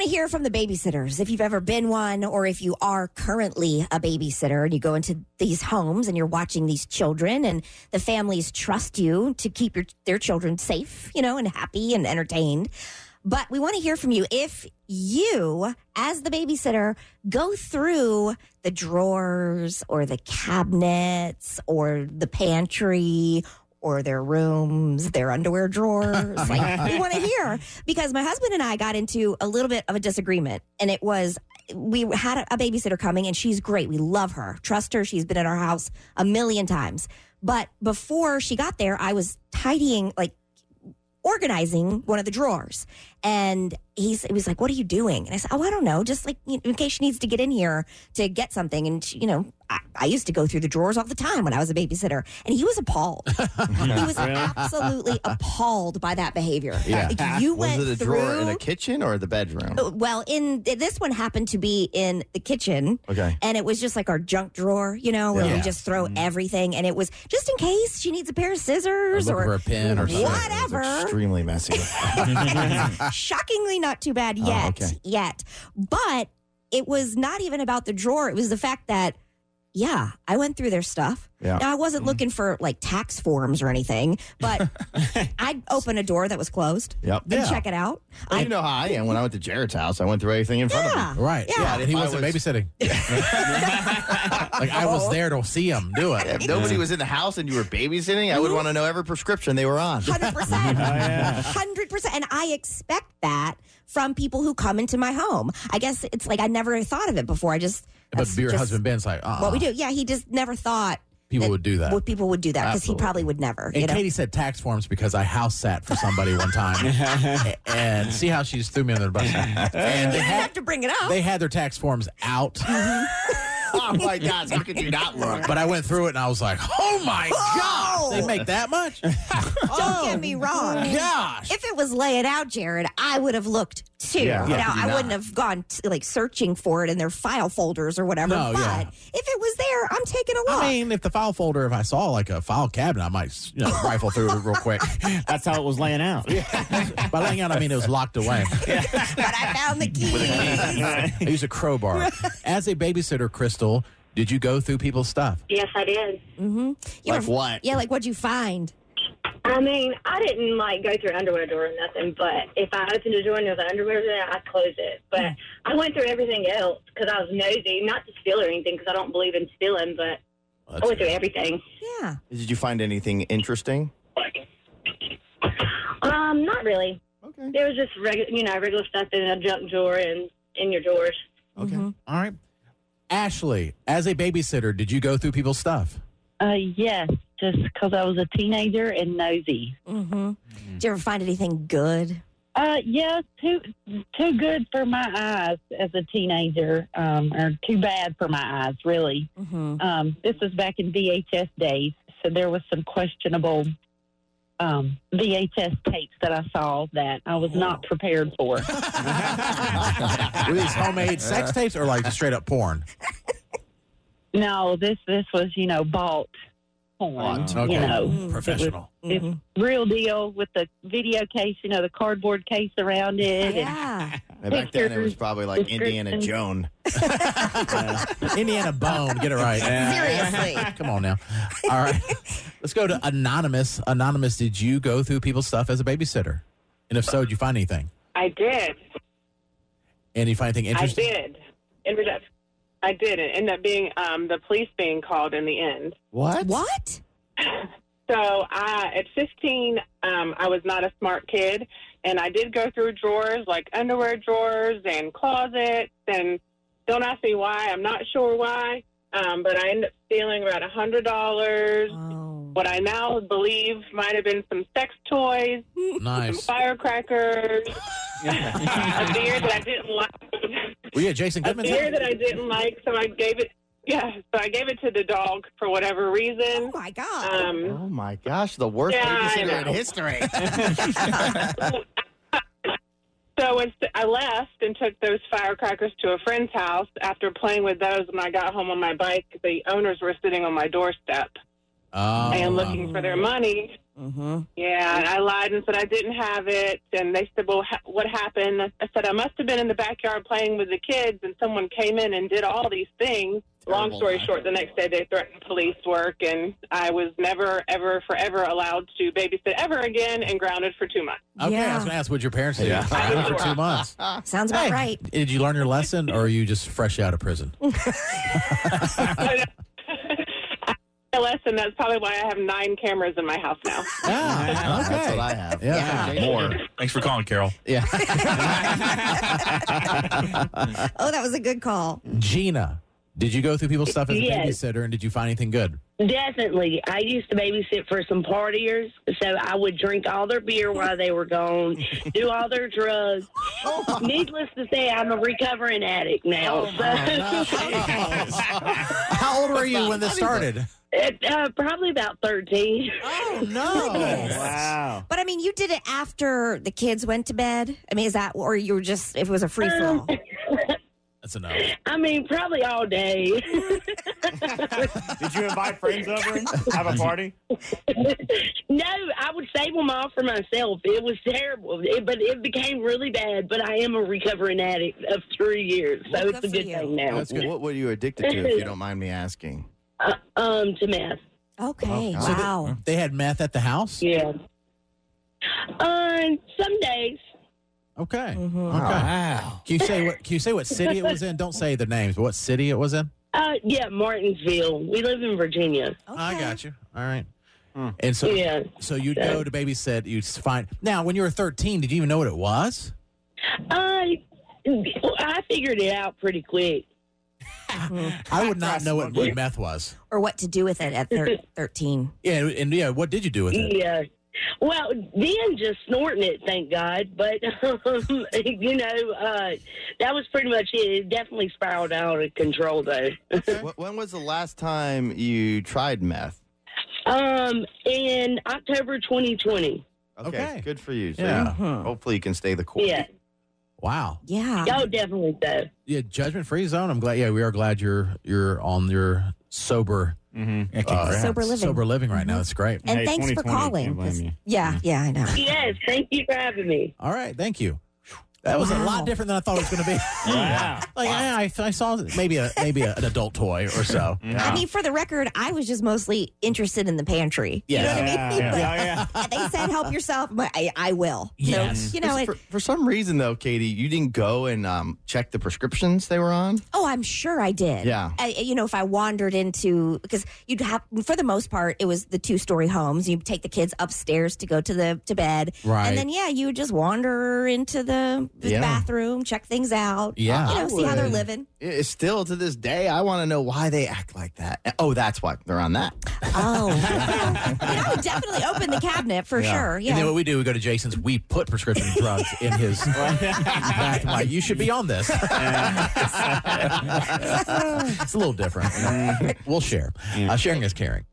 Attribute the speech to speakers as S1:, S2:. S1: to hear from the babysitters if you've ever been one or if you are currently a babysitter and you go into these homes and you're watching these children and the families trust you to keep your, their children safe, you know, and happy and entertained. But we want to hear from you if you, as the babysitter, go through the drawers or the cabinets or the pantry or their rooms, their underwear drawers. like, we want to hear because my husband and I got into a little bit of a disagreement, and it was we had a- a babysitter coming, and she's great. We love her, trust her. She's been at our house a million times. But before she got there, I was tidying like organizing one of the drawers. And he's, he was like, what are you doing? And I said, oh, I don't know. Just like you know, in case she needs to get in here to get something. And, she, you know, I, I used to go through the drawers all the time when I was a babysitter. And he was appalled. he was absolutely appalled by that behavior.
S2: Yeah.
S1: Like, you
S2: Was
S1: went
S2: it a
S1: through.
S2: drawer in a kitchen or the bedroom?
S1: Oh, well, in this one happened to be in the kitchen,
S2: Okay.
S1: and it was just like our junk drawer, you know, where we
S2: Yeah.
S1: just throw
S2: Mm-hmm.
S1: everything. And it was just in case she needs a pair of
S2: Or
S1: scissors
S2: looking
S1: or
S2: for a pin or something. It's
S1: Whatever.
S2: extremely messy.
S1: shockingly not too bad
S2: Oh,
S1: yet
S2: okay.
S1: yet but it was not even about the drawer it was the fact that yeah i went through their stuff
S2: Yeah.
S1: now i wasn't looking for like tax forms or anything but i'd open a door that was closed
S2: Yep.
S1: and check it out
S2: Well, you know how I am. When I went to Jared's house, I went through everything in front
S1: yeah
S2: of
S3: Right.
S1: Yeah.
S3: And he
S2: I
S3: wasn't
S2: was-
S3: babysitting. like I was there to see him do
S2: me.
S3: it.
S2: If nobody was in the house and you were babysitting, I would want to know every prescription they were on.
S1: Hundred percent, hundred percent, and I expect that from people who come into my home. I guess it's like I never thought of it before. I just
S3: But
S1: that's
S3: your
S1: just
S3: husband Ben's like, uh-uh.
S1: What we do? Yeah, he just never thought
S3: People would do that.
S1: Well, people would do that because he
S3: Absolutely.
S1: probably would never.
S3: And
S1: you know?
S3: Katie said tax forms because I house sat for somebody one time, and see how she just threw me under the bus. And
S1: you
S3: they
S1: didn't
S3: had
S1: have to bring it up.
S3: they had their tax forms out,
S2: oh my gosh, how could you not look?
S3: but I went through it and I was like, oh my
S1: Oh!
S3: gosh, they Oh, make that much?
S1: Don't get me wrong.
S3: Gosh,
S1: If it was laying out, Jared, I would have looked too.
S2: Yeah.
S1: now
S2: Yeah,
S1: I
S2: do not.
S1: wouldn't have gone t- like searching for it in their file folders or whatever.
S3: No,
S1: but
S3: yeah.
S1: if it was there, I'm taking a look.
S3: I mean, if the file folder, if I saw like a file cabinet, I might you know, rifle through it real quick.
S4: That's how it was laying out.
S3: By laying out, I mean it was locked away.
S1: but I found the key.
S3: I used a crowbar. As a babysitter, Crystal, did you go through people's stuff?
S5: Yes, I did.
S1: You
S2: Like
S1: were-
S2: what?
S1: Yeah, like what'd you find?
S5: I mean, I didn't like go through underwear door or nothing, but if I opened a door and there was underwear there, I'd close it. But I went through everything else because I was nosy, not to steal or anything because I don't believe in stealing, but I went through everything.
S1: Yeah.
S2: Did you find anything interesting?
S5: Um, not really.
S2: Okay.
S5: There was just regular, you know, regular stuff in a junk drawer and in your drawers.
S2: Okay.
S3: All right. Ashley, as a babysitter, did you go through people's stuff?
S6: Uh, yes, just because I was a teenager and nosy.
S1: Mm-hmm. Did you ever find anything good?
S6: Uh, yeah, too too good for my eyes as a teenager, um, or too bad for my eyes, really.
S1: Mm-hmm.
S6: Um, this was back in VHS days, so there was some questionable um, VHS tapes that I saw that I was not prepared for.
S3: Were these homemade sex tapes or like straight up porn?
S6: no, this this was you know bought porn,
S3: Okay.
S6: you know.
S3: Professional.
S6: It's real deal with the video case, you know, the cardboard case around it. and
S1: Yeah.
S2: Now, back then, it was probably like Indiana
S6: Description.
S2: Jones.
S3: Indiana Bone, get it right.
S1: Seriously.
S3: Come on now. All right. Let's go to Anonymous. Anonymous, did you go through people's stuff as a babysitter? And if so, did you find anything?
S7: I did.
S3: And you find anything
S7: I
S3: interesting?
S7: did. It was I did. It ended up being um, the police being called in the end.
S2: What?
S1: What?
S7: So I, at 15, um, I was not a smart kid, and I did go through drawers like underwear drawers and closets. And don't ask me why. I'm not sure why, um, but I ended up stealing about a hundred dollars.
S1: Oh.
S7: What I now believe might have been some sex toys,
S1: Oh
S7: some
S3: Nice.
S7: firecrackers, a beer that I didn't like.
S3: Well, yeah, Jason
S7: a
S3: Goodman's
S7: beer that I didn't like, so I gave it. Yeah, so I gave it to the dog for whatever
S1: Oh
S7: reason.
S1: my God.
S7: Um,
S2: Oh my gosh, the worst
S7: Yeah, I
S2: babysitter in
S7: know.
S2: history.
S7: so it's, I left and took those firecrackers to a friend's house. After playing with those, when I got home on my bike, the owners were sitting on my doorstep.
S3: Oh,
S7: and
S3: wow.
S7: looking for their money.
S1: Mm-hmm.
S7: Yeah, and I lied and said I didn't have it. And they said, "Well, ha- what happened?" I- I said, "I must have been in the backyard playing with the kids, and someone came in and did all these things." Long
S2: Terrible
S7: story
S2: lie.
S7: short, the next day they threatened police work, and I was never, ever, forever allowed to babysit ever again, and grounded for two months.
S3: Okay, I
S1: Yeah.
S3: was going to ask what your parents did.
S2: Yeah.
S3: I did it for two months.
S2: Ah,
S1: Sounds about
S3: Hey,
S1: right.
S3: Did you learn your lesson, or are you just fresh out of prison?
S7: A lesson. That's probably why I have nine cameras in my house now.
S3: Yeah, Ah, okay.
S2: That's what I have.
S3: Yeah.
S2: Okay.
S4: More. Thanks for calling, Carol.
S3: yeah.
S1: Oh, that was a good call.
S3: Gina, did you go through people's stuff as a
S8: Yes.
S3: babysitter, and did you find anything good?
S8: Definitely. I used to babysit for some partiers, so I would drink all their beer while they were gone, do all their drugs. Needless to say, I'm a recovering addict now. so,
S3: How old were you when this started?
S8: It, uh, probably about 13.
S1: Oh no!
S3: Oh.
S2: Wow.
S1: But I mean, you did it after the kids went to bed. I mean, is that or you were just if it was a free
S7: Oh.
S1: for all?
S8: Um,
S3: That's enough.
S8: I mean, probably all day.
S9: Did you invite friends over? Have a party?
S8: no, I would save them all for myself. It was terrible, it, but it became really bad. But I am a recovering addict of three years, so
S1: Well,
S8: it's a
S1: good for
S8: good
S1: you.
S8: thing now.
S3: That's good.
S2: What were you addicted to, if you don't mind me asking?
S8: Uh, um, to meth.
S1: Okay,
S2: Oh, God.
S1: wow.
S3: They had meth at the house?
S8: Yeah. On some days,
S3: Okay.
S1: Mhm.
S3: Okay.
S2: Mm-hmm. Wow.
S3: Can you say what can you say what city it was in? Don't say the names, but what city it was in?
S8: uh, yeah, Martinsville. We live in Virginia.
S3: I
S1: Okay.
S3: got you. All right.
S2: Hmm.
S3: And so
S8: Yeah.
S3: so you'd go to babysit, you'd find now when you were thirteen, did you even know what it was?
S8: I Uh, I figured it out pretty quick.
S3: I would not know what, what
S8: Yeah.
S3: meth was.
S1: Or what to do with it at thir- thirteen?
S3: Yeah, and yeah, what did you do with it?
S8: Yeah. Well, then just snorting it, thank God. But um, you know, uh, that was pretty much it. It definitely spiraled out of control, though.
S2: Wh- When was the last time you tried meth?
S8: Um, in October 2020.
S3: Okay.
S2: Good for you. So
S3: Yeah.
S2: you- hopefully you can stay the course.
S8: Yeah.
S3: Wow.
S1: Mm-hmm. Yeah.
S8: Oh, definitely so.
S3: Yeah, judgment free zone. I'm glad yeah, we are glad you're you're on your sober
S9: Mm-hmm.
S4: Yeah,
S3: uh,
S4: congrats.
S1: Sober living.
S3: sober living right now. That's great.
S1: And
S9: Hey,
S1: thanks for
S9: 2020,
S1: calling.
S9: can't blame
S1: 'cause-
S9: you. Mm.
S1: Yeah, yeah, I know.
S8: Yes, thank you for having me.
S3: All right, thank you. That was a
S1: Wow.
S3: lot different than I thought it was going to be.
S9: Wow.
S3: like yeah, I, I saw maybe a maybe a, an adult toy or so.
S9: Yeah.
S1: I mean, for the record, I was just mostly interested in the pantry. You know
S3: Yeah.
S1: what I mean?
S9: Yeah,
S1: Like,
S9: yeah.
S1: and they said help yourself, but I, I will.
S3: Yes.
S1: So, you know, it,
S2: for, for some reason though, Katie, you didn't go and um, check the prescriptions they were on.
S1: oh, I'm sure I did.
S2: Yeah.
S1: I, you know, if I wandered into because you'd have for the most part it was the two story homes. You'd take the kids upstairs to go to the to bed,
S3: Right.
S1: and then yeah, you would just wander into the, the
S2: Yeah.
S1: bathroom, check things out.
S3: Yeah.
S1: You know,
S2: I
S1: see how they're
S2: would.
S1: living.
S2: It- it's still to this day, I want to know why they act like that. Oh, that's why they're on that.
S1: Oh, I, mean, I would definitely open the cabinet for sure.
S3: And then
S1: Yeah.
S3: what we do, we go to Jason's. We put prescription drugs in his bathroom. Like, you should be on this. it's a little different. you know. We'll share. Uh, sharing is caring.